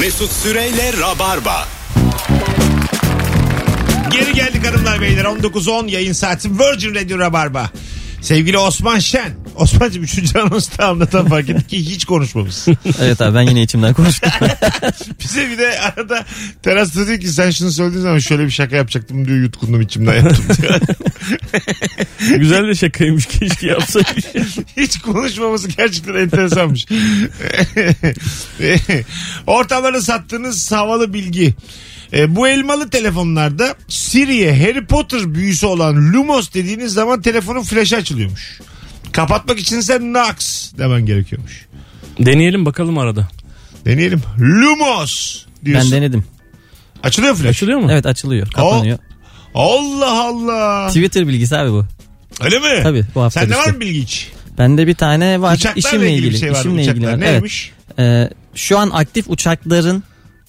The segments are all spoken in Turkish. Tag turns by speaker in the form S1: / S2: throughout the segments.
S1: Mesut Süreyle Rabarba.
S2: Geri geldik hanımlar beyler 19.10 yayın saati Virgin Radio Rabarba. Sevgili Osman Şen. Osman'cığım üçüncü anonsu da anlatan fark ettik ki hiç konuşmamız.
S3: Evet abi ben yine içimden konuştum.
S2: Bize bir de arada teras dedi ki sen şunu söylediğin zaman şöyle bir şaka yapacaktım diyor yutkundum içimden yaptım diyor.
S4: Güzel de şakaymış keşke yapsaymış.
S2: Hiç konuşmaması gerçekten enteresanmış. Ortalara sattığınız havalı bilgi. E, bu elmalı telefonlarda Siri'ye Harry Potter büyüsü olan Lumos dediğiniz zaman telefonun flaşı açılıyormuş. Kapatmak için sen Nax demen gerekiyormuş.
S4: Deneyelim bakalım arada.
S2: Deneyelim. Lumos diyorsun.
S3: ben denedim.
S2: Açılıyor flaş.
S4: Açılıyor mu?
S3: Evet açılıyor. Kapanıyor.
S2: Allah Allah.
S3: Twitter bilgisi abi bu.
S2: Öyle mi?
S3: Tabii bu hafta
S2: Sende
S3: düştü.
S2: var mı bilgi hiç?
S3: Bende bir tane var.
S2: Uçaklarla
S3: İşimle
S2: ilgili
S3: ilgili.
S2: bir şey var.
S3: İşimle ilgili.
S2: Uçaklar
S3: var. Evet.
S2: neymiş?
S3: Ee, şu an aktif uçakların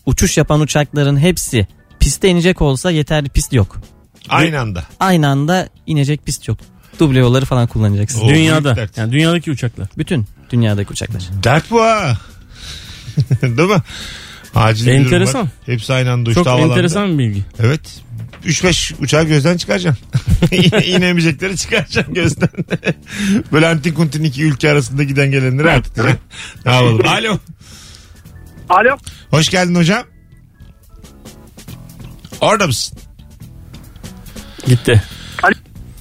S3: uçuş yapan uçakların hepsi piste inecek olsa yeterli pist yok.
S2: Aynı anda.
S3: Aynı anda inecek pist yok. Duble yolları falan kullanacaksın.
S2: O Oh, büyük
S4: Dünyada.
S2: dert.
S4: Yani dünyadaki uçaklar.
S3: Bütün dünyadaki uçaklar.
S2: Dert bu ha. Değil mi? Acil bir durum
S4: Enteresan.
S2: var. Hepsi aynı anda uçtu
S4: Çok
S2: havalandı.
S4: enteresan bir bilgi.
S2: Evet. 3-5 uçağı gözden çıkaracaksın. İnemeyecekleri çıkaracaksın gözden. Böyle antin kuntin iki ülke arasında giden gelenleri artık. ne yapalım? Alo.
S5: Alo.
S2: Hoş geldin hocam. Orada mısın?
S4: Gitti.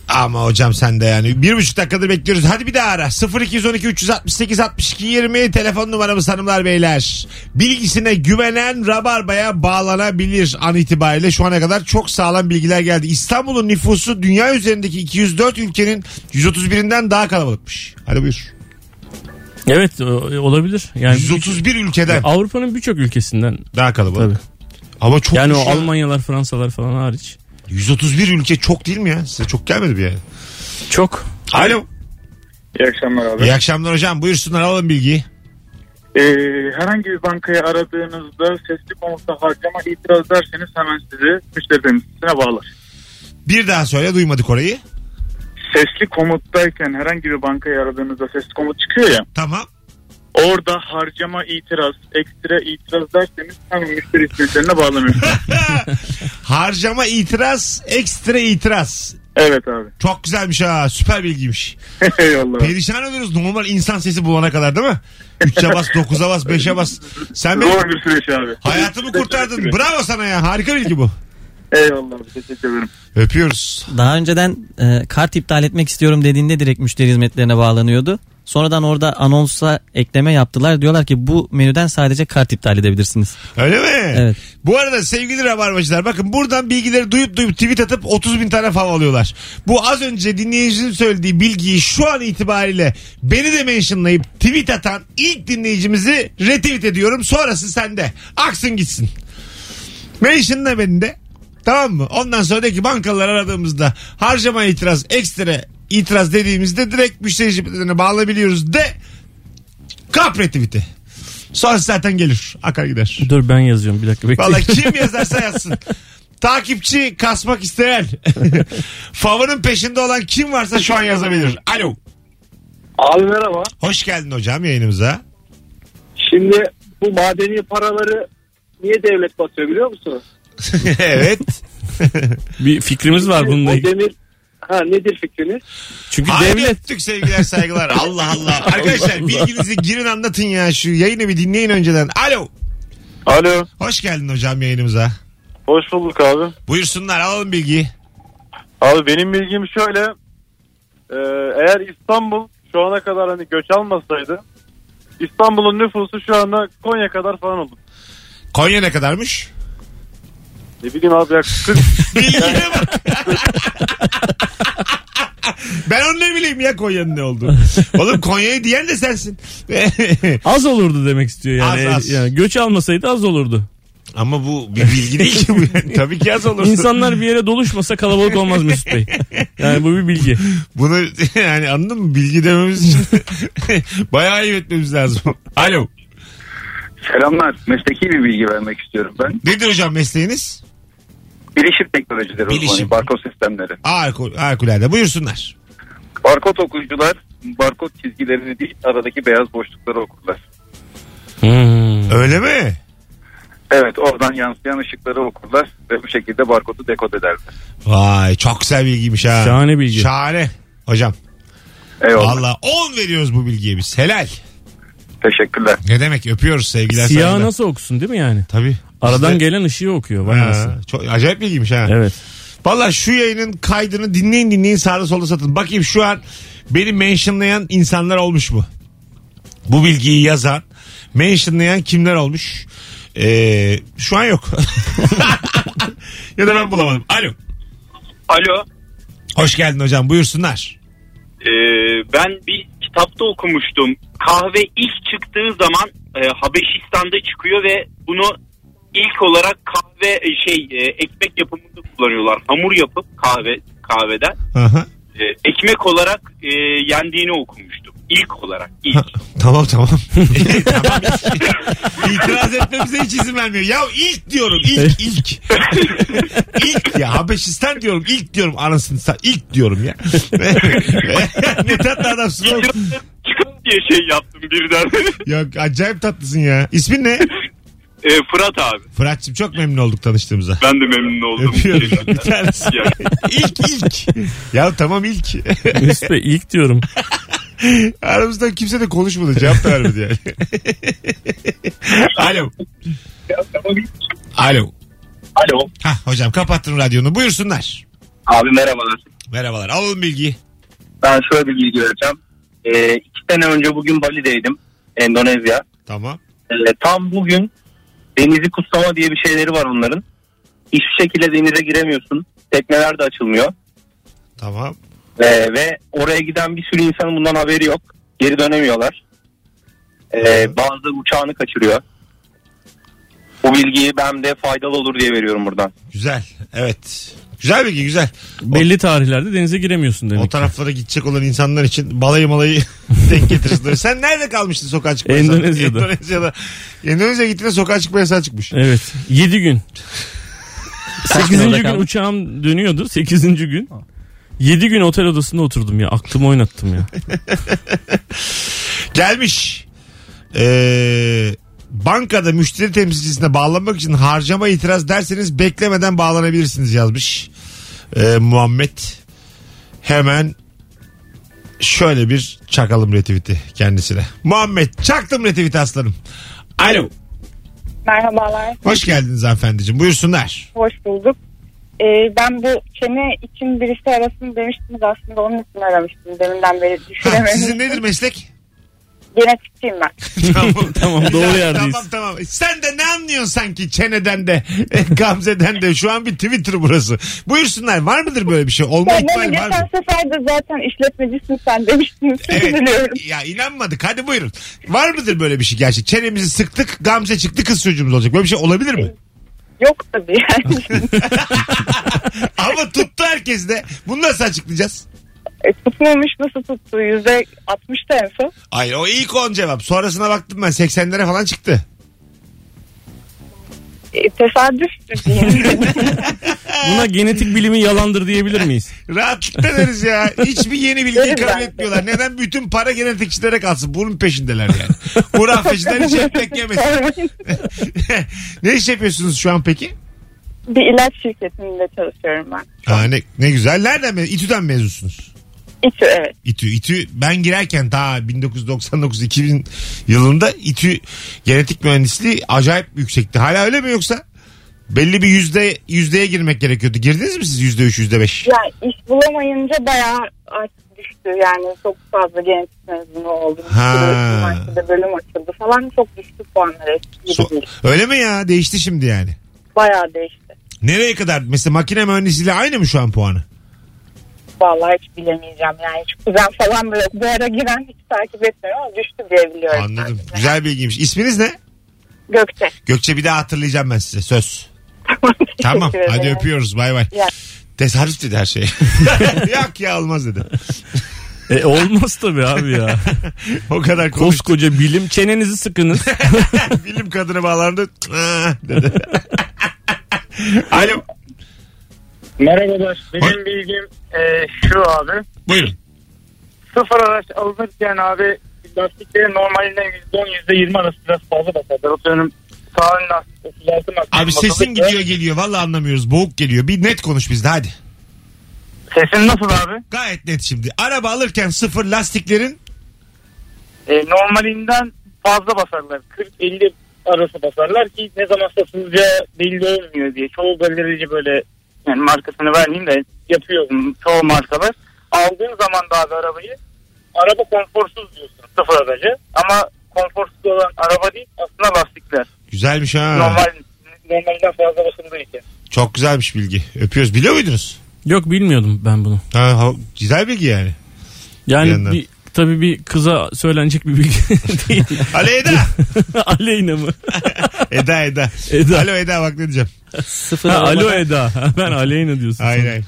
S2: Ama hocam sen de yani. Bir buçuk dakikadır bekliyoruz. Hadi bir daha ara. 0212 368 62 20 telefon numaramız hanımlar beyler. Bilgisine güvenen Rabarba'ya bağlanabilir an itibariyle. Şu ana kadar çok sağlam bilgiler geldi. İstanbul'un nüfusu dünya üzerindeki 204 ülkenin 131'inden daha kalabalıkmış. Hadi buyur.
S4: Evet o- e, olabilir. Yani
S2: 131 ülkeden
S4: Avrupa'nın birçok ülkesinden.
S2: daha kalabalık.
S4: Tabii.
S2: Ama çok
S4: Yani o
S2: düşüyor.
S4: Almanyalar, Fransalar falan hariç.
S2: 131 ülke çok değil mi ya? Size çok gelmedi mi yani?
S4: Çok.
S2: Alo.
S5: İyi akşamlar abi.
S2: İyi akşamlar hocam. Buyursunlar alalım bilgiyi.
S5: Ee, herhangi bir bankaya aradığınızda sesli komuta harcama itiraz ederseniz hemen sizi müşteri temsilcisine bağlar.
S2: Bir daha söyle duymadık orayı.
S5: Sesli komuttayken herhangi bir bankaya aradığınızda sesli komut çıkıyor ya.
S2: Tamam.
S5: Orada harcama itiraz, ekstra itiraz derseniz hemen müşteri hizmetlerine bağlanırsınız.
S2: Harcama itiraz, ekstra itiraz.
S5: evet abi.
S2: Çok güzelmiş ha. Süper bilgiymiş.
S5: Eyvallah.
S2: Perişan oluruz normal insan sesi bulana kadar değil mi? 3'e bas, 9'a bas, 5'e bas. Sen benim
S5: Zor bir süreç abi.
S2: hayatımı kurtardın. Bravo sana ya. Harika bilgi bu.
S5: Eyvallah abi. Teşekkür ederim.
S2: Öpüyoruz.
S3: Daha önceden e, kart iptal etmek istiyorum dediğinde direkt müşteri hizmetlerine bağlanıyordu. Sonradan orada anonsa ekleme yaptılar. Diyorlar ki bu menüden sadece kart iptal edebilirsiniz.
S2: Öyle mi?
S3: Evet.
S2: Bu arada sevgili rabarbacılar bakın buradan bilgileri duyup duyup tweet atıp 30 bin tane fav alıyorlar. Bu az önce dinleyicinin söylediği bilgiyi şu an itibariyle beni de mentionlayıp tweet atan ilk dinleyicimizi retweet ediyorum. Sonrası sende. Aksın gitsin. Mentionla beni de. Tamam mı? Ondan sonra de ki bankalar aradığımızda harcama itiraz ekstra itiraz dediğimizde direkt müşteri hizmetlerine bağlayabiliyoruz de kap retweet'i. Sonrası zaten gelir. Akar gider.
S4: Dur ben yazıyorum bir dakika bekle.
S2: Valla kim yazarsa yazsın. Takipçi kasmak isteyen. Favanın peşinde olan kim varsa şu an yazabilir. Alo.
S5: Abi merhaba.
S2: Hoş geldin hocam yayınımıza.
S5: Şimdi bu madeni paraları niye devlet basıyor biliyor musunuz?
S2: evet.
S4: Bir fikrimiz var bununla
S5: O
S4: ilgili.
S5: demir ha nedir fikriniz?
S4: Çünkü
S2: Haydi
S4: devlet
S2: öptük sevgiler saygılar. Allah Allah. Arkadaşlar bilginizi girin anlatın ya şu yayını bir dinleyin önceden. Alo.
S5: Alo.
S2: Hoş geldin hocam yayınımıza.
S5: Hoş bulduk abi.
S2: Buyursunlar alalım bilgiyi.
S5: Abi benim bilgim şöyle. Ee, eğer İstanbul şu ana kadar hani göç almasaydı İstanbul'un nüfusu şu anda Konya kadar falan oldu.
S2: Konya ne kadarmış?
S5: Ne bileyim abi yaklaşık 40
S2: Bilgiye bak. ben onu ne bileyim ya Konya'nın ne olduğunu. Oğlum Konya'yı diyen de sensin.
S4: az olurdu demek istiyor yani.
S2: Az, az.
S4: yani göç almasaydı az olurdu.
S2: Ama bu bir bilgi değil ki bu. Yani tabii ki yaz olursun.
S4: İnsanlar bir yere doluşmasa kalabalık olmaz Mesut Bey. Yani bu bir bilgi.
S2: Bunu yani anladın mı? Bilgi dememiz için bayağı ayıp etmemiz lazım. Alo.
S6: Selamlar. Mesleki bir bilgi vermek istiyorum ben.
S2: Nedir hocam mesleğiniz?
S6: Bilişim teknolojileri
S2: Bilişim.
S6: uzmanı, barkod sistemleri.
S2: Harikul- Harikulade. Buyursunlar.
S6: Barkod okuyucular barkod
S4: Hmm.
S6: çizgilerini değil aradaki beyaz boşlukları okurlar.
S2: Öyle mi?
S6: Evet oradan yansıyan ışıkları okurlar ve bu şekilde barkodu dekod ederler.
S2: Vay çok güzel bilgiymiş ha.
S4: Şahane bilgi.
S2: Şahane. Hocam
S6: Eyvallah.
S2: valla 10 veriyoruz bu bilgiye biz. Helal.
S6: Teşekkürler.
S2: Ne demek öpüyoruz sevgiler.
S4: Siyahı
S2: saygılar.
S4: nasıl okusun değil mi yani?
S2: Tabii.
S4: Aradan
S2: Bizde-
S4: gelen ışığı okuyor. Vay anasını.
S2: Ha, çok acayip bilgiymiş ha.
S4: Evet.
S2: Valla şu yayının kaydını dinleyin dinleyin sağda solda satın. Bakayım şu an beni mentionlayan insanlar olmuş mu? Bu bilgiyi yazan, mentionlayan kimler olmuş? Ee, şu an yok. ya da ben bulamadım. Alo.
S7: Alo.
S2: Hoş geldin hocam buyursunlar.
S7: Ee, ben bir kitapta okumuştum. Kahve ilk çıktığı zaman e, Habeşistan'da çıkıyor ve bunu ilk olarak kahve e, şey e, ekmek yapımında kullanıyorlar. Hamur yapıp kahve kahveden
S2: Aha.
S7: e, ekmek olarak e, yendiğini okumuştum. İlk olarak ilk.
S2: Tamam tamam. tamam. İtiraz etmemize hiç izin vermiyor. Ya ilk diyorum ilk ilk. ilk ya Habeşistan diyorum ilk diyorum anasını sa- ilk diyorum ya. ne tatlı adamsın oğlum.
S7: Çıkıp diye şey yaptım birden.
S2: Ya acayip tatlısın ya. İsmin ne?
S7: E, Fırat abi.
S2: Fırat'cığım çok memnun olduk tanıştığımıza.
S7: Ben de memnun oldum.
S2: Öpüyorum. Bir tanesi.
S7: Ya.
S2: ilk ilk. Ya tamam ilk.
S4: Mesut Bey ilk diyorum.
S2: Aramızda kimse de konuşmadı. Cevap da vermedi yani. Alo. Alo.
S7: Alo.
S2: Hah hocam kapattın radyonu. Buyursunlar.
S6: Abi merhabalar.
S2: Merhabalar. Alalım bilgiyi.
S6: Ben şöyle bir bilgi vereceğim. Ee, iki sene önce bugün Bali'deydim. Endonezya.
S2: Tamam.
S6: Ee, tam bugün denizi kutsama diye bir şeyleri var onların. Hiçbir şekilde denize giremiyorsun. Tekneler de açılmıyor.
S2: Tamam.
S6: Ee, ve oraya giden bir sürü insanın bundan haberi yok. Geri dönemiyorlar. Ee, bazı uçağını kaçırıyor. Bu bilgiyi ben de faydalı olur diye veriyorum buradan.
S2: Güzel. Evet. Güzel bilgi güzel.
S4: Belli tarihlerde denize giremiyorsun demek.
S2: O
S4: ki.
S2: taraflara gidecek olan insanlar için balayı malayı denk getirsinler. Sen nerede kalmıştın sokağa çıkma yasağı?
S4: Endonezya'da.
S2: Endonezya'da. Endonezya'ya gittiğinde sokağa çıkma yasağı çıkmış.
S4: Evet. 7 gün.
S3: Kaç gün
S4: 8.
S3: orada
S4: gün
S3: kaldın?
S4: uçağım dönüyordu. 8. gün. 7 gün otel odasında oturdum ya. Aklımı oynattım ya.
S2: Gelmiş. Ee, bankada müşteri temsilcisine bağlanmak için harcama itiraz derseniz beklemeden bağlanabilirsiniz yazmış. Ee, Muhammed. Hemen şöyle bir çakalım retweet'i kendisine. Muhammed çaktım retweet'i aslanım. Alo.
S8: Merhabalar,
S2: Hoş geldiniz hanımefendiciğim. Buyursunlar.
S8: hoş bulduk. Ee, ben bu çene için birisi arasın demiştiniz aslında onun için aramıştım deminden beri
S2: Ha,
S8: düşünemedim.
S2: sizin nedir meslek?
S8: Genetikçiyim ben.
S2: tamam
S4: Tamam, doğru yerdeyiz.
S2: Tamam tamam. Sen de ne anlıyorsun sanki çeneden de Gamze'den de şu an bir Twitter burası. Buyursunlar var mıdır böyle bir şey? Olma
S8: Ben
S2: ihtimali var
S8: geçen
S2: mı?
S8: sefer de zaten işletmecisin sen demiştiniz. Evet. Üzülüyorum.
S2: Ya inanmadık hadi buyurun. Var mıdır böyle bir şey gerçek? Çenemizi sıktık Gamze çıktı kız çocuğumuz olacak. Böyle bir şey olabilir mi?
S8: Yok tabii yani.
S2: Ama tuttu herkes de. Bunu nasıl açıklayacağız?
S8: E, tutmamış nasıl tuttu? Yüzde altmışta en son.
S2: Hayır o ilk 10 cevap. Sonrasına baktım ben 80'lere falan çıktı.
S8: E, tesadüf diyeyim.
S4: Buna genetik bilimi yalandır diyebilir miyiz?
S2: Rahatlıkla deriz ya. Hiçbir yeni bilgiyi
S8: Öyle
S2: kabul
S8: bence.
S2: etmiyorlar. Neden bütün para genetikçilere kalsın? Bunun peşindeler yani. Hurafeciler hiç ekmek yemesin.
S8: Sormayın.
S2: ne iş yapıyorsunuz şu an peki?
S8: bir ilaç şirketinde çalışıyorum ben.
S2: Aa, ne, ne güzel. Nereden mezun? İTÜ'den mezunsunuz.
S8: İTÜ evet.
S2: İTÜ, İTÜ ben girerken daha 1999-2000 yılında İTÜ genetik mühendisliği acayip yüksekti. Hala öyle mi yoksa? Belli bir yüzde yüzdeye girmek gerekiyordu. Girdiniz mi siz yüzde üç, yüzde beş?
S8: Yani iş bulamayınca bayağı artık düştü. Yani çok fazla genç mezunu oldu. Bir
S2: Ha.
S8: sürü Üniversitede bölüm açıldı falan. Çok düştü puanları. Eski gibi
S2: So-
S8: değil.
S2: öyle mi ya? Değişti şimdi yani.
S8: Bayağı değişti.
S2: Nereye kadar? Mesela makine mühendisiyle aynı mı şu an puanı?
S8: Vallahi hiç bilemeyeceğim. Yani hiç kuzen falan böyle bu ara giren hiç takip etmiyorum ama düştü diye biliyorum.
S2: Anladım.
S8: ben de.
S2: Güzel bilgiymiş. İsminiz ne?
S8: Gökçe.
S2: Gökçe bir daha hatırlayacağım ben size. Söz.
S8: Teşekkür
S2: Tamam.
S8: ederim.
S2: Hadi öpüyoruz. Bay bay.
S8: Ya.
S2: Tesadüf dedi her şey. Yok ya olmaz dedi.
S4: E olmaz tabii abi ya.
S2: O kadar konuş.
S4: Koskoca bilim çenenizi sıkınız.
S2: Bilim kadını bağlandı. "Ah," dedi. Alo.
S9: Merhabalar.
S2: Hoş-
S9: Benim bilgim e, şu abi.
S2: Buyurun.
S9: Sıfır araç alınırken abi lastikleri normalinden %10 %20 arası biraz fazla basarlar. Atıyorum sağ ön lastik. ileride lastik,
S2: Abi sesin
S9: motosiklet.
S2: gidiyor geliyor. Valla anlamıyoruz. Boğuk geliyor. Bir net konuş bizde hadi.
S9: Sesin nasıl abi?
S2: Gayet net şimdi. Araba alırken sıfır lastiklerin
S9: E, normalinden fazla basarlar. 40-50 arası basarlar ki ne zaman satılınca belli olmuyor diye. Çoğu galerici böyle yani markasını vermeyeyim de yapıyor bunu çoğu markalar. Aldığın zaman da abi arabayı araba konforsuz diyorsun sıfır aracı ama konforsuz olan araba değil aslında lastikler.
S2: güzelmiş ha.
S9: Normal normalden fazla basıldığı için.
S2: Çok güzelmiş bilgi. Öpüyoruz. Biliyor muydunuz?
S4: Yok bilmiyordum ben bunu.
S2: Ha, ha, güzel bilgi yani. Bir
S4: Yani
S2: yandan.
S4: bir, tabii bir kıza söylenecek bir bilgi değil.
S2: Alo Eda.
S4: Aleyna mı?
S2: Eda Eda.
S4: Eda.
S2: Alo Eda bak ne diyeceğim.
S3: Sıfır,
S4: Ha,
S3: arabada,
S4: alo Eda. Ha, Ben Aleyna diyorsun.
S2: Aynen. aynen.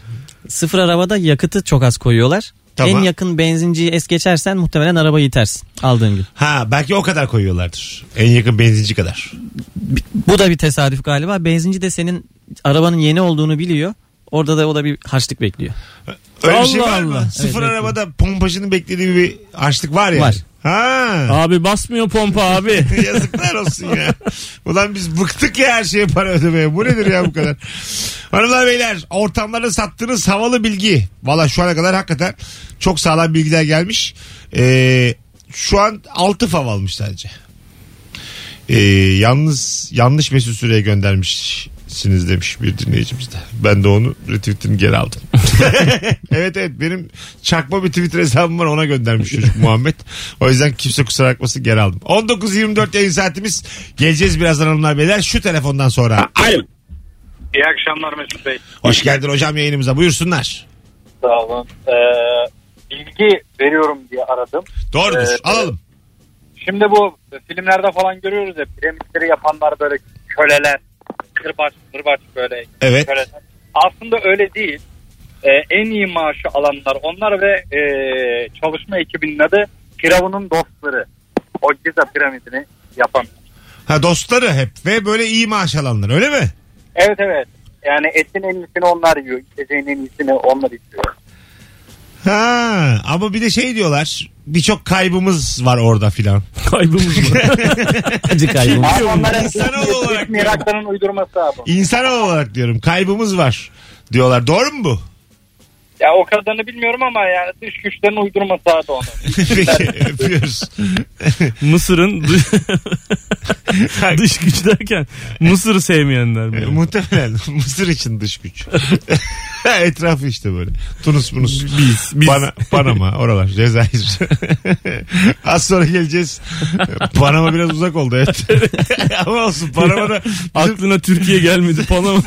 S3: sıfır arabada yakıtı çok az koyuyorlar.
S2: Tamam.
S3: En yakın benzinciyi es geçersen muhtemelen arabayı itersin aldığın gün.
S2: Ha belki o kadar koyuyorlardır. En yakın benzinci kadar.
S3: Bu da bir tesadüf galiba. Benzinci de senin arabanın yeni olduğunu biliyor. Orada da o da bir harçlık bekliyor.
S2: Öyle bir şey
S4: Allah
S2: var mı?
S4: Allah.
S2: Sıfır
S3: Evet,
S2: arabada pompacının beklediği bir açlık var ya.
S3: Var.
S2: Ha.
S4: Abi basmıyor pompa abi.
S2: Yazıklar olsun ya. Ulan biz bıktık ya her şeye para ödemeye. Bu nedir ya bu kadar? Hanımlar beyler ortamlarda sattığınız havalı bilgi. Valla şu ana kadar hakikaten çok sağlam bilgiler gelmiş. Ee, şu an 6 fav almış sadece. Ee, yalnız yanlış Mesut Süre'ye göndermişsiniz demiş bir dinleyicimiz de. Ben de onu retweetini geri aldım. evet evet benim çakma bir Twitter hesabım var ona göndermiş çocuk Muhammed. O yüzden kimse kusura bakmasın geri aldım. 19.24 yayın saatimiz. Geleceğiz birazdan hanımlar beyler şu telefondan sonra.
S7: Alo.
S5: İyi akşamlar Mesut Bey.
S2: Hoş geldin hocam yayınımıza buyursunlar.
S5: Sağ olun. Ee, bilgi veriyorum diye aradım.
S2: Doğrudur
S5: Evet.
S2: alalım.
S5: Şimdi bu filmlerde falan görüyoruz ya piramitleri yapanlar böyle köleler, kırbaç, kırbaç böyle
S2: Evet.
S5: köleler. Aslında öyle değil. Ee, en iyi maaşı alanlar onlar ve e, çalışma ekibinin adı Firavun'un dostları. O Giza piramidini yapan.
S2: Ha dostları hep ve böyle iyi maaş alanlar öyle mi?
S5: Evet evet. Yani etin en iyisini onlar yiyor. içeceğin en iyisini onlar içiyor.
S2: Ha ama bir de şey diyorlar birçok kaybımız var orada filan.
S4: Kaybımız var.
S3: Acı kaybım.
S5: Abi onların
S2: İnsanoğlu olarak diyorum.
S5: Mirakların uydurması abi.
S2: İnsan olarak diyorum kaybımız var diyorlar. Doğru mu bu?
S5: Ya o kadarını bilmiyorum ama yani dış güçlerin uydurması abi onu.
S2: Peki öpüyoruz.
S4: Mısır'ın dış- dış güç derken Mısır'ı
S2: E,
S4: sevmeyenler mi?
S2: Muhtemelen Mısır için dış güç. Etrafı işte böyle. Tunus Munus.
S4: Biz, biz.
S2: Pana- Panama oralar Cezayir. Az sonra geleceğiz. Panama biraz uzak oldu evet. Ama olsun Panama'da
S4: Aklına Türkiye gelmedi Panama.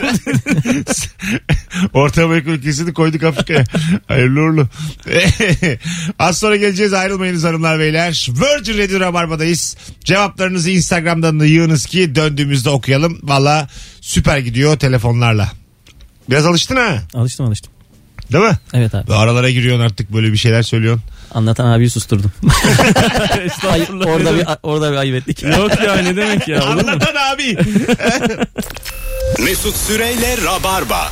S2: Orta Amerika ülkesini koyduk Afrika'ya. Hayırlı uğurlu. Az sonra geleceğiz ayrılmayınız hanımlar beyler. Virgin Radio Rabarba'dayız. Cevaplarınızı Instagram'dan da yığınız ki döndüğümüzde okuyalım. Valla süper gidiyor telefonlarla. Biraz alıştın ha
S3: Alıştım alıştım.
S2: değil mi?
S3: Evet abi.
S2: Ve aralara giriyorsun artık böyle bir şeyler söylüyorsun.
S3: Anlatan abiyi susturdum. Ay,
S4: Estağfurullah.
S3: orada bir orada bir ayıp ettik.
S4: Yok ya ne demek ya olur mu?
S2: Anlatan abi.
S1: Mesut Süreyle Rabarba.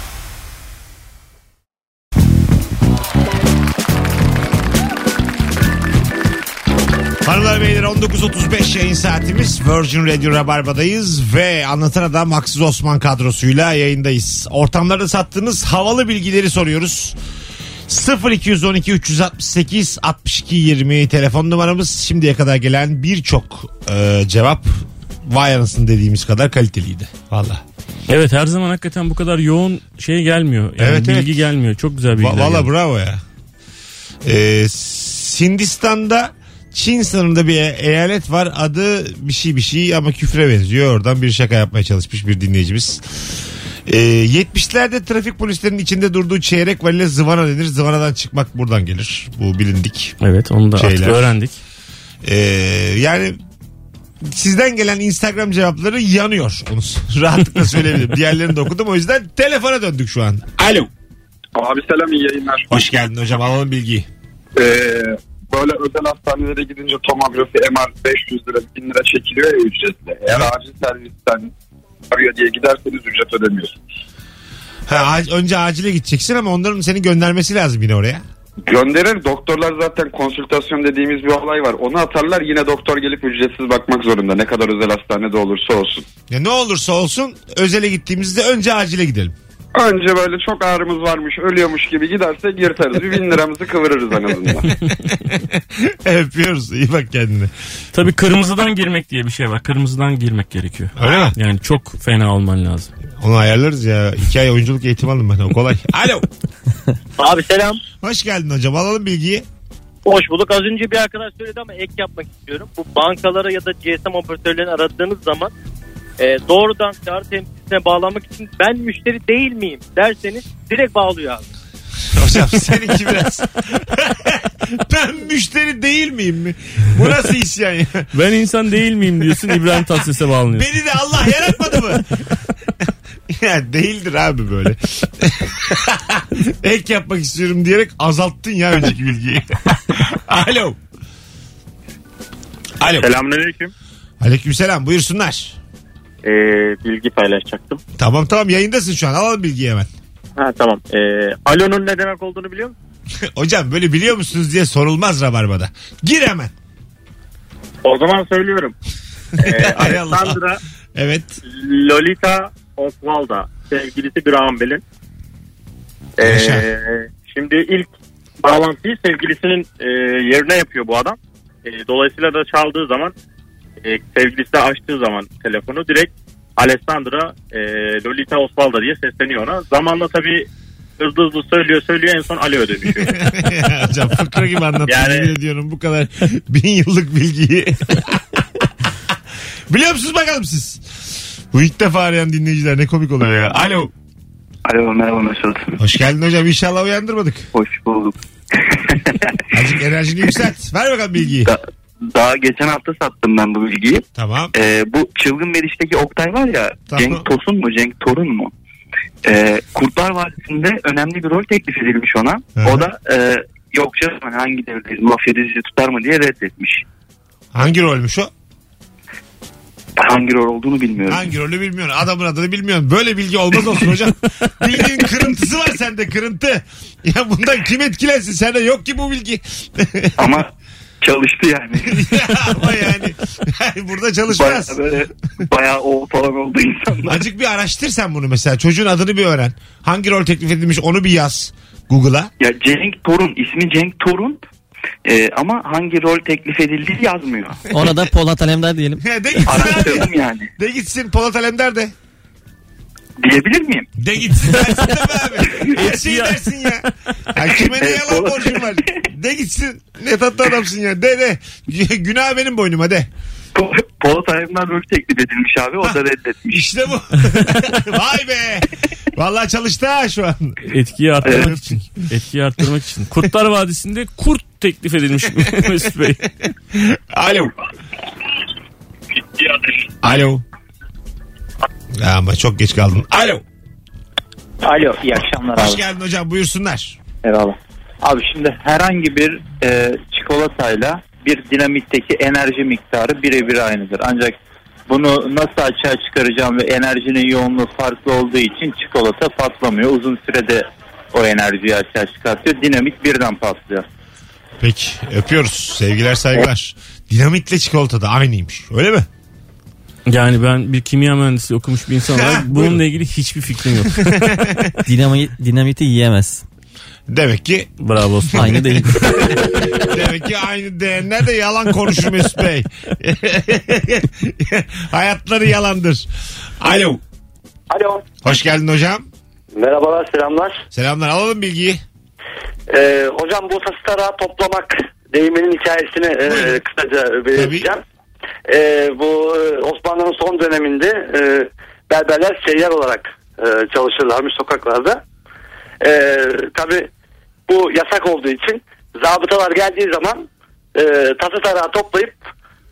S2: Hanımlar beyler 19.35 yayın saatimiz Virgin Radio Rabarba'dayız ve Anlatan Adam Haksız Osman kadrosuyla yayındayız. Ortamlarda sattığınız havalı bilgileri soruyoruz. 0212 368 62 20 telefon numaramız şimdiye kadar gelen birçok e, cevap vay anasını dediğimiz kadar kaliteliydi. Valla.
S4: Evet her zaman hakikaten bu kadar yoğun şey gelmiyor. Yani
S2: Evet,
S4: bilgi
S2: evet.
S4: gelmiyor. Çok güzel bilgiler.
S2: Va- Valla
S4: geldi.
S2: bravo ya. Ee, Sindistan'da Çin sınırında bir e- eyalet var. Adı bir şey bir şey ama küfre benziyor. Oradan bir şaka yapmaya çalışmış bir dinleyicimiz. Ee, 70'lerde trafik polislerinin içinde durduğu çeyrek valile zıvana denir. Zıvanadan çıkmak buradan gelir. Bu bilindik.
S4: Evet onu da artık
S2: Şeyler.
S4: öğrendik.
S2: Ee, yani sizden gelen Instagram cevapları yanıyor. Onu rahatlıkla söyleyebilirim. Diğerlerini de okudum. O yüzden telefona döndük şu an.
S7: Alo.
S5: Abi selam iyi yayınlar.
S2: Hoş geldin hocam. Alalım bilgiyi.
S5: Ee, böyle özel hastanelere gidince tomografi MR 500 lira 1000 lira çekiliyor ya ücretle. Eğer acil servisten arıyor diye giderseniz ücret ödemiyorsunuz.
S2: Ha, ac- önce acile gideceksin ama onların seni göndermesi lazım yine oraya.
S5: Gönderir doktorlar zaten konsültasyon dediğimiz bir olay var. Onu atarlar yine doktor gelip ücretsiz bakmak zorunda. Ne kadar özel hastanede olursa olsun.
S2: Ya ne olursa olsun özele gittiğimizde önce acile gidelim.
S5: Önce böyle çok ağrımız varmış ölüyormuş gibi gidersek yırtarız. Bir bin liramızı kıvırırız en azından.
S2: Öpüyoruz. İyi bak kendine.
S4: Tabii kırmızıdan girmek diye bir şey var. Kırmızıdan girmek gerekiyor.
S2: Öyle mi?
S4: Yani çok fena olman lazım.
S2: Onu ayarlarız ya. İki ay oyunculuk eğitimi aldım ben. O kolay. Alo.
S9: Abi selam.
S2: Hoş geldin hocam. Alalım bilgiyi.
S9: Hoş bulduk. Az önce bir arkadaş söyledi ama ek yapmak istiyorum. Bu bankalara ya da GSM operatörlerini aradığınız zaman e, doğrudan çağrı temsilcisine bağlanmak için ben müşteri değil miyim derseniz direkt bağlıyor abi.
S2: Hocam seninki biraz. ben müşteri değil miyim mi? Bu nasıl isyan ya?
S4: Ben insan değil miyim diyorsun İbrahim Tatlıses'e bağlanıyorsun.
S2: Beni de Allah yaratmadı mı? ya değildir abi böyle. Ek yapmak istiyorum diyerek azalttın ya önceki bilgiyi. Alo. Alo.
S6: Selamünaleyküm.
S2: Aleykümselam buyursunlar.
S6: Ee, bilgi paylaşacaktım.
S2: Tamam tamam yayındasın şu an alalım bilgiyi hemen.
S6: Ha tamam. Ee, Alo'nun ne demek olduğunu biliyor musun?
S2: Hocam böyle biliyor musunuz diye sorulmaz rabarbada. Gir hemen.
S6: O zaman söylüyorum. Ee,
S2: Hay Allah.
S6: Alexandra
S2: Evet.
S6: Lolita Oswalda sevgilisi Graham Bell'in. Ee,
S2: Yaşa.
S6: şimdi ilk bağlantıyı sevgilisinin e, yerine yapıyor bu adam. E, dolayısıyla da çaldığı zaman e, sevgilisi de açtığı zaman telefonu direkt Alessandra e, Lolita Oswalda diye sesleniyor ona. Zamanla tabii hızlı hızlı söylüyor söylüyor en son Alo'ya dönüşüyor.
S2: Hocam fıkra gibi anlattın.
S6: Yani-
S2: Yemin ediyorum bu kadar bin yıllık bilgiyi. Biliyor musunuz bakalım siz? Bu ilk defa arayan dinleyiciler ne komik oluyor ya. Alo.
S10: Alo merhaba Mesut.
S2: Hoş geldin hocam. İnşallah uyandırmadık.
S10: Hoş bulduk.
S2: Azıcık enerjini yükselt. Ver bakalım bilgiyi.
S10: Da- daha geçen hafta sattım ben bu bilgiyi.
S2: Tamam.
S10: Ee, bu Çılgın Meriç'teki Oktay var ya
S2: Tamam.
S10: Cenk Tosun mu Cenk Torun mu? Ee, Kurtlar Vadisi'nde önemli bir rol teklif edilmiş ona.
S2: Hı.
S10: O da e, yok canım hani hangi devirdeyiz mafya dizisi tutar mı diye reddetmiş.
S2: Hangi rolmüş o?
S10: Hangi rol olduğunu bilmiyorum.
S2: Hangi rolü bilmiyorum. Adamın adını bilmiyorum. Böyle bilgi olmaz olsun hocam. Bilginin kırıntısı var sende kırıntı. Ya bundan kim etkilensin? Sende yok ki bu bilgi.
S10: Ama çalıştı yani.
S2: Ama yani, yani burada çalışmaz.
S10: bayağı böyle bayağı o falan oldu insanlar.
S2: Acık bir araştır sen bunu mesela. Çocuğun adını bir öğren. Hangi rol teklif edilmiş onu bir yaz Google'a.
S10: Ya Cenk Torun ismi Cenk Torun Ee, ama hangi rol teklif edildiği yazmıyor.
S3: Ona da Polat Alemdar diyelim.
S2: de gitsin
S10: Araştırdım
S2: abi.
S10: yani.
S2: De gitsin Polat Alemdar de.
S10: Diyebilir miyim?
S2: De gitsin dersin de be abi. Her şeyi dersin ya. ya kime ne
S10: Evet,
S2: yalan
S10: Polat-
S2: borcun var. De gitsin. Ne tatlı adamsın ya. De de. Günah benim boynuma de.
S10: Pol- Polat Alemdar rol teklif edilmiş abi. O da reddetmiş.
S2: İşte bu. Vay be. Vallahi çalıştı ha şu an.
S4: Etkiyi arttırmak için. Etkiyi arttırmak için. Kurtlar Vadisi'nde kurt teklif edilmiş Mesut Bey.
S2: Alo. Alo. Ya ama çok geç kaldın. Alo.
S6: Alo iyi akşamlar
S2: Hoş geldin hocam buyursunlar.
S6: Eyvallah. Şey- Abi şimdi herhangi bir e, çikolatayla bir dinamitteki enerji miktarı birebir aynıdır. Ancak bunu nasıl açığa çıkaracağım ve enerjinin yoğunluğu farklı olduğu için çikolata patlamıyor. Uzun sürede o enerjiyi açığa çıkartıyor. Dinamit birden patlıyor.
S2: Peki öpüyoruz. Sevgiler saygılar. Dinamitle çikolata da aynıymış. Öyle mi?
S4: Yani ben bir kimya mühendisi okumuş bir insan olarak
S2: Buyurun.
S4: bununla ilgili hiçbir fikrim yok.
S3: Dinamit, dinamiti yiyemez.
S2: Demek ki
S4: Bravo Osman.
S3: Aynı değil.
S2: demek ki aynı değerler de yalan konuşur Mesut Bey. Hayatları yalandır. Alo.
S6: Alo.
S2: Hoş geldin hocam.
S6: Merhabalar selamlar.
S2: Selamlar alalım bilgiyi.
S6: Ee, hocam bu sastara toplamak deyiminin hikayesini e,
S2: Buyurun.
S6: kısaca
S2: belirteceğim.
S6: e, bu e, Osmanlı'nın son döneminde e, berberler seyyar olarak e, çalışırlarmış sokaklarda. E, Tabi bu yasak olduğu için zabıtalar geldiği zaman e, tatı tarağı toplayıp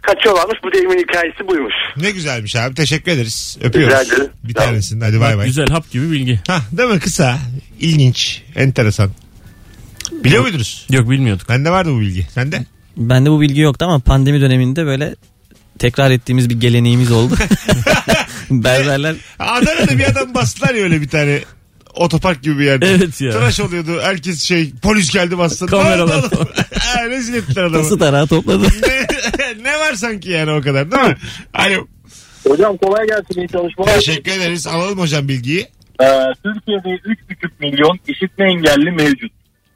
S6: kaçıyorlarmış. Bu deyimin hikayesi buymuş.
S2: Ne güzelmiş abi teşekkür ederiz. Öpüyoruz.
S6: Rica ederim.
S2: Bir tanesini hadi bay bay.
S4: Güzel hap gibi bilgi.
S2: Hah, değil mi kısa? İlginç. Enteresan. Biliyor muydunuz?
S4: Yok bilmiyorduk.
S2: Bende vardı bu bilgi. Sende?
S3: Bende bu bilgi yoktu ama pandemi döneminde böyle tekrar ettiğimiz bir geleneğimiz oldu. Berberler
S2: Adana'da bir adam bastılar ya öyle bir tane otopark gibi bir yerde.
S4: Evet ya.
S2: Tıraş oluyordu. Herkes şey polis geldi bastı.
S4: Kameralar
S2: Ne oldu oğlum? Ha, Rezil ettiler adamı.
S3: Nasıl tarağı topladı?
S2: ne, ne var sanki yani o kadar değil mi? Alo.
S9: Hocam kolay gelsin iyi çalışmalar.
S2: Teşekkür ederiz. Alalım hocam bilgiyi.
S9: Ee, Türkiye'de 3,5 milyon işitme engelli mevcut.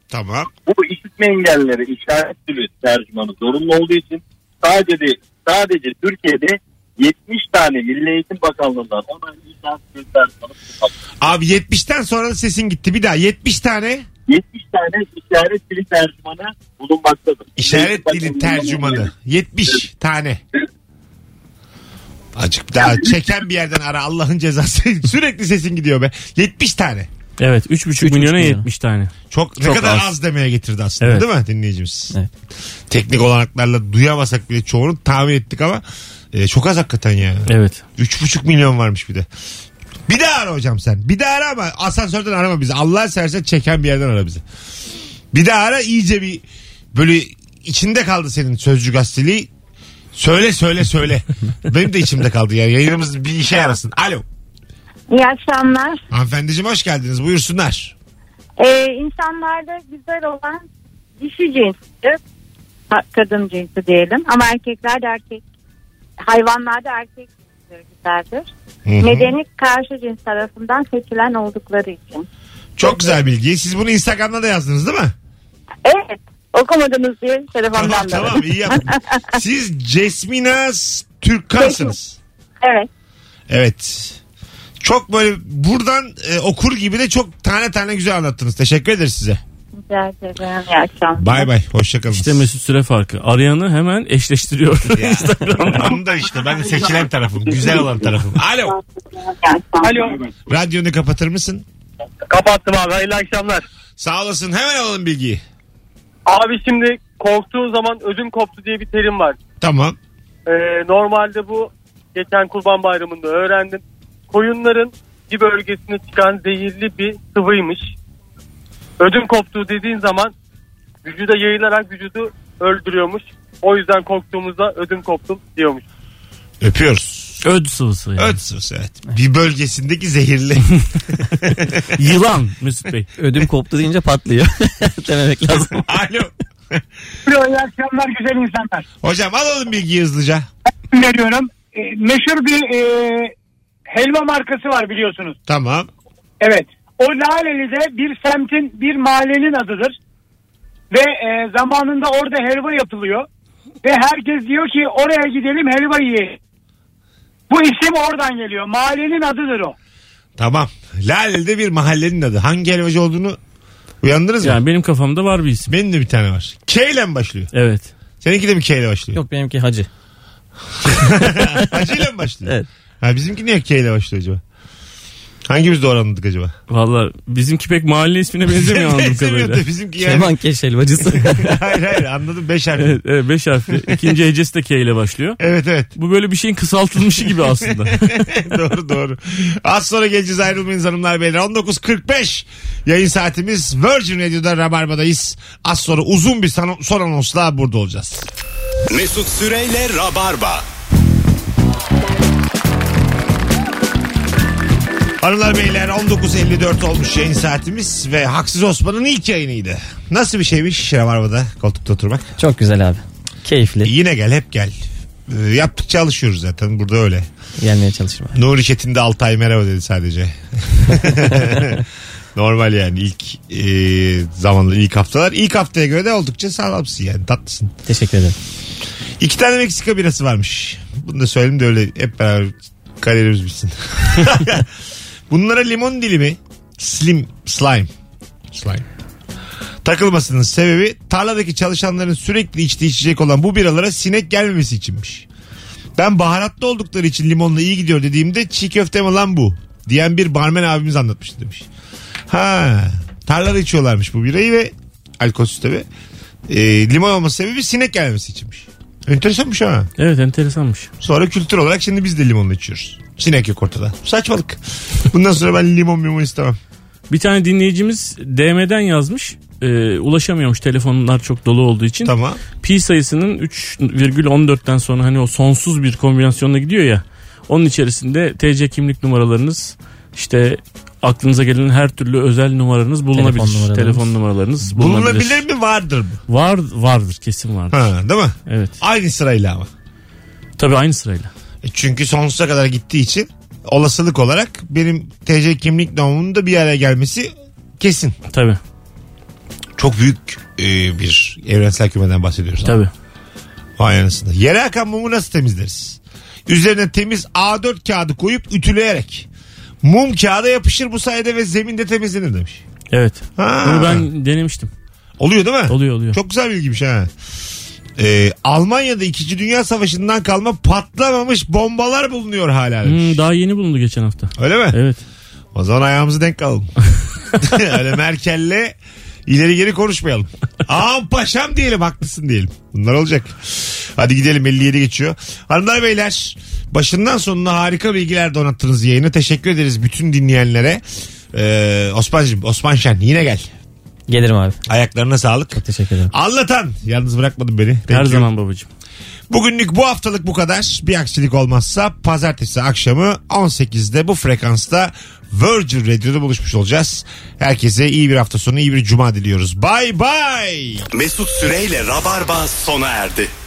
S2: Tamam.
S9: Bu işitme engelleri işaret dili tercümanı zorunlu olduğu için sadece sadece Türkiye'de 70 tane Milli Eğitim Bakanlığı'ndan onaylı işaret dili tercümanı bulunan
S2: Abi 70'ten sonra da sesin gitti. Bir daha 70 tane
S9: 70 tane işaret dili tercümanı bulunmaktadır.
S2: işaret dili tercümanı. 70 tane. Acık daha çeken bir yerden ara Allah'ın cezası. Sürekli sesin gidiyor be. 70 tane.
S4: Evet 3,5
S3: Üç
S4: milyona
S3: buçuk milyon.
S4: 70 tane.
S2: Çok, ne
S4: Çok
S2: kadar az.
S4: az.
S2: demeye getirdi aslında
S4: Evet.
S2: değil mi dinleyicimiz?
S3: Evet.
S2: Teknik olanaklarla duyamasak bile çoğunu tahmin ettik ama e, çok az hakikaten ya.
S4: Evet.
S2: Üç buçuk milyon varmış bir de. Bir daha ara hocam sen. Bir daha ara ama asansörden arama bizi. Allah seversen çeken bir yerden ara bizi. Bir daha ara iyice bir böyle içinde kaldı senin sözcü gazeteliği. Söyle söyle söyle. Benim de içimde kaldı yani. Yayınımız bir işe yarasın. Alo.
S8: İyi akşamlar.
S2: Hanımefendiciğim hoş geldiniz. Buyursunlar.
S8: Ee, insanlarda güzel olan dişi cinsi, ha- kadın cinsi diyelim ama erkeklerde erkek, hayvanlarda erkek cinsleri güzeldir.
S2: Hı hı.
S8: Nedeni karşı cins tarafından seçilen oldukları için.
S2: Çok güzel bilgi. Siz bunu Instagram'da da yazdınız değil mi?
S8: Evet okumadınız diye telefondan
S2: Tamam
S8: da.
S2: tamam iyi yaptın. Siz Cesmina Türkkansınız.
S8: Evet.
S2: Evet. Çok böyle buradan e, okur gibi de çok tane tane güzel anlattınız. Teşekkür ederiz size.
S8: Rica ederim. İyi akşamlar.
S2: Bay bay. Hoşçakalın.
S4: İşte Mesut Süre farkı. Arayanı hemen eşleştiriyor.
S2: Onu da işte ben de seçilen tarafım. Güzel olan tarafım. Alo.
S9: Alo.
S2: Radyonu kapatır mısın?
S9: Kapattım abi hayırlı akşamlar.
S2: Sağ olasın. Hemen alalım bilgiyi.
S9: Abi şimdi korktuğun zaman ödüm koptu diye bir terim var.
S2: Tamam.
S9: Ee, normalde bu geçen Kurban Bayramı'nda öğrendim. Koyunların bir bölgesine çıkan zehirli bir sıvıymış. Ödüm koptuğu dediğin zaman vücuda yayılarak vücudu öldürüyormuş. O yüzden korktuğumuzda ödüm koptum diyormuş.
S2: Öpüyoruz.
S4: Öd sıvısı yani.
S2: Evet sus evet. Bir bölgesindeki zehirli.
S4: Yılan Mesut Bey.
S3: Ödüm koptu deyince patlıyor. Dememek lazım.
S2: Alo.
S9: İyi akşamlar güzel insanlar.
S2: Hocam alalım bilgiyi hızlıca.
S9: Veriyorum. Ee, meşhur bir e, helva markası var biliyorsunuz.
S2: Tamam.
S9: Evet. O Laleli de bir semtin, bir mahallenin adıdır. Ve e, zamanında orada helva yapılıyor. Ve herkes diyor ki oraya gidelim helva yiyelim. Bu isim oradan geliyor. Mahallenin adıdır o.
S2: Tamam. Laleli'de bir mahallenin adı. Hangi helvacı olduğunu uyandınız mı?
S4: Yani benim kafamda var bir isim.
S2: Benim de bir tane var. K ile mi başlıyor?
S4: Evet.
S2: Seninki de mi K ile başlıyor?
S3: Yok benimki hacı.
S2: Hacıyla mı başlıyor?
S3: Evet.
S2: Ha, bizimki niye K ile başlıyor acaba? Hangimiz doğru anladık acaba?
S4: Valla bizimki pek mahalle ismine benzemiyor anladığım
S2: Benzemiyor
S4: kadarıyla.
S2: da bizimki yani.
S3: Keman keş helvacısı.
S2: hayır hayır anladım 5 harf.
S4: Evet, evet, beş harfli. İkinci hecesi de K ile başlıyor.
S2: Evet evet
S4: Bu böyle bir şeyin kısaltılmışı gibi aslında.
S2: doğru doğru. Az sonra geleceğiz ayrılmayınız hanımlar beyler. 19.45 yayın saatimiz Virgin Radio'da Rabarba'dayız. Az sonra uzun bir san- son anonsla burada olacağız.
S1: Mesut Süreyle Rabarba.
S2: Hanımlar beyler 19.54 olmuş yayın saatimiz ve Haksız Osman'ın ilk yayınıydı. Nasıl bir şeymiş Rabarba'da koltukta oturmak?
S3: Çok güzel abi. Keyifli.
S2: Yine gel hep gel. Ee, Yaptıkça alışıyoruz zaten burada öyle.
S3: Gelmeye çalışırım. abi.
S2: Nuri Çetin de 6 ay merhaba dedi sadece. Normal yani ilk e, zamanlar ilk haftalar. İlk haftaya göre de oldukça sağlamsın yani tatlısın.
S3: Teşekkür ederim.
S2: İki tane Meksika birası varmış. Bunu da söyleyeyim de öyle hep beraber kariyerimiz bitsin. Bunlara limon dilimi slim slime slime takılmasının sebebi tarladaki çalışanların sürekli içtiği içecek olan bu biralara sinek gelmemesi içinmiş. Ben baharatlı oldukları için limonla iyi gidiyor dediğimde çiğ köfte mi lan bu diyen bir barmen abimiz anlatmıştı demiş. Ha tarlada içiyorlarmış bu birayı ve alkolsüz tabi. Ee, limon olması sebebi sinek gelmesi içinmiş. Enteresanmış ha.
S4: evet enteresanmış.
S2: Sonra kültür olarak şimdi biz de limonla içiyoruz. Sinek yok ortada. Saçmalık. Bundan sonra ben limon limon istemem.
S4: Bir tane dinleyicimiz DM'den yazmış. Ee, ulaşamıyormuş telefonlar çok dolu olduğu için.
S2: Tamam.
S4: Pi sayısının 3,14'ten sonra hani o sonsuz bir kombinasyonla gidiyor ya. Onun içerisinde TC kimlik numaralarınız işte aklınıza gelen her türlü özel numaranız bulunabilir. Telefon
S3: Telefon
S4: numaralarınız,
S3: numaralarınız.
S4: bulunabilir.
S2: Bulunabilir mi vardır mı?
S4: Var, vardır kesin vardır.
S2: Ha, değil mi?
S4: Evet.
S2: Aynı sırayla ama.
S4: Tabii aynı sırayla.
S2: E Çünkü sonsuza kadar gittiği için olasılık olarak benim TC kimlik doğumunun da bir araya gelmesi kesin.
S4: Tabii
S2: Çok büyük e, bir evrensel kümeden bahsediyoruz.
S4: tabii.
S2: Vay anasını. Yere akan mumu nasıl temizleriz? Üzerine temiz A4 kağıdı koyup ütüleyerek. Mum kağıda yapışır bu sayede ve zeminde temizlenir demiş.
S4: Evet.
S2: Ha.
S4: Bunu ben denemiştim.
S2: Oluyor değil mi?
S4: Oluyor oluyor.
S2: Çok güzel bilgiymiş ha. Ee, Almanya'da 2. Dünya Savaşı'ndan kalma patlamamış bombalar bulunuyor hala demiş.
S4: Hmm, daha yeni bulundu geçen hafta.
S2: Öyle mi?
S4: Hmm. Evet.
S2: O zaman ayağımızı denk alalım. Öyle Merkel'le ileri geri konuşmayalım. Ağam paşam diyelim haklısın diyelim. Bunlar olacak. Hadi gidelim 57 geçiyor. Hanımlar beyler başından sonuna harika bilgiler donattınız yayına. Teşekkür ederiz bütün dinleyenlere. Ee, Osman'cığım Osman Şen yine gel.
S3: Gelirim abi.
S2: Ayaklarına sağlık.
S3: Teşekkür ederim.
S2: Anlatan yalnız bırakmadın beni.
S4: Her
S2: Thank you.
S4: zaman babacığım.
S2: Bugünlük bu haftalık bu kadar. Bir aksilik olmazsa pazartesi akşamı 18'de bu frekansta Virgin Radio'da buluşmuş olacağız. Herkese iyi bir hafta sonu, iyi bir cuma diliyoruz. Bay bay.
S1: Mesut Süreyle Rabarba sona erdi.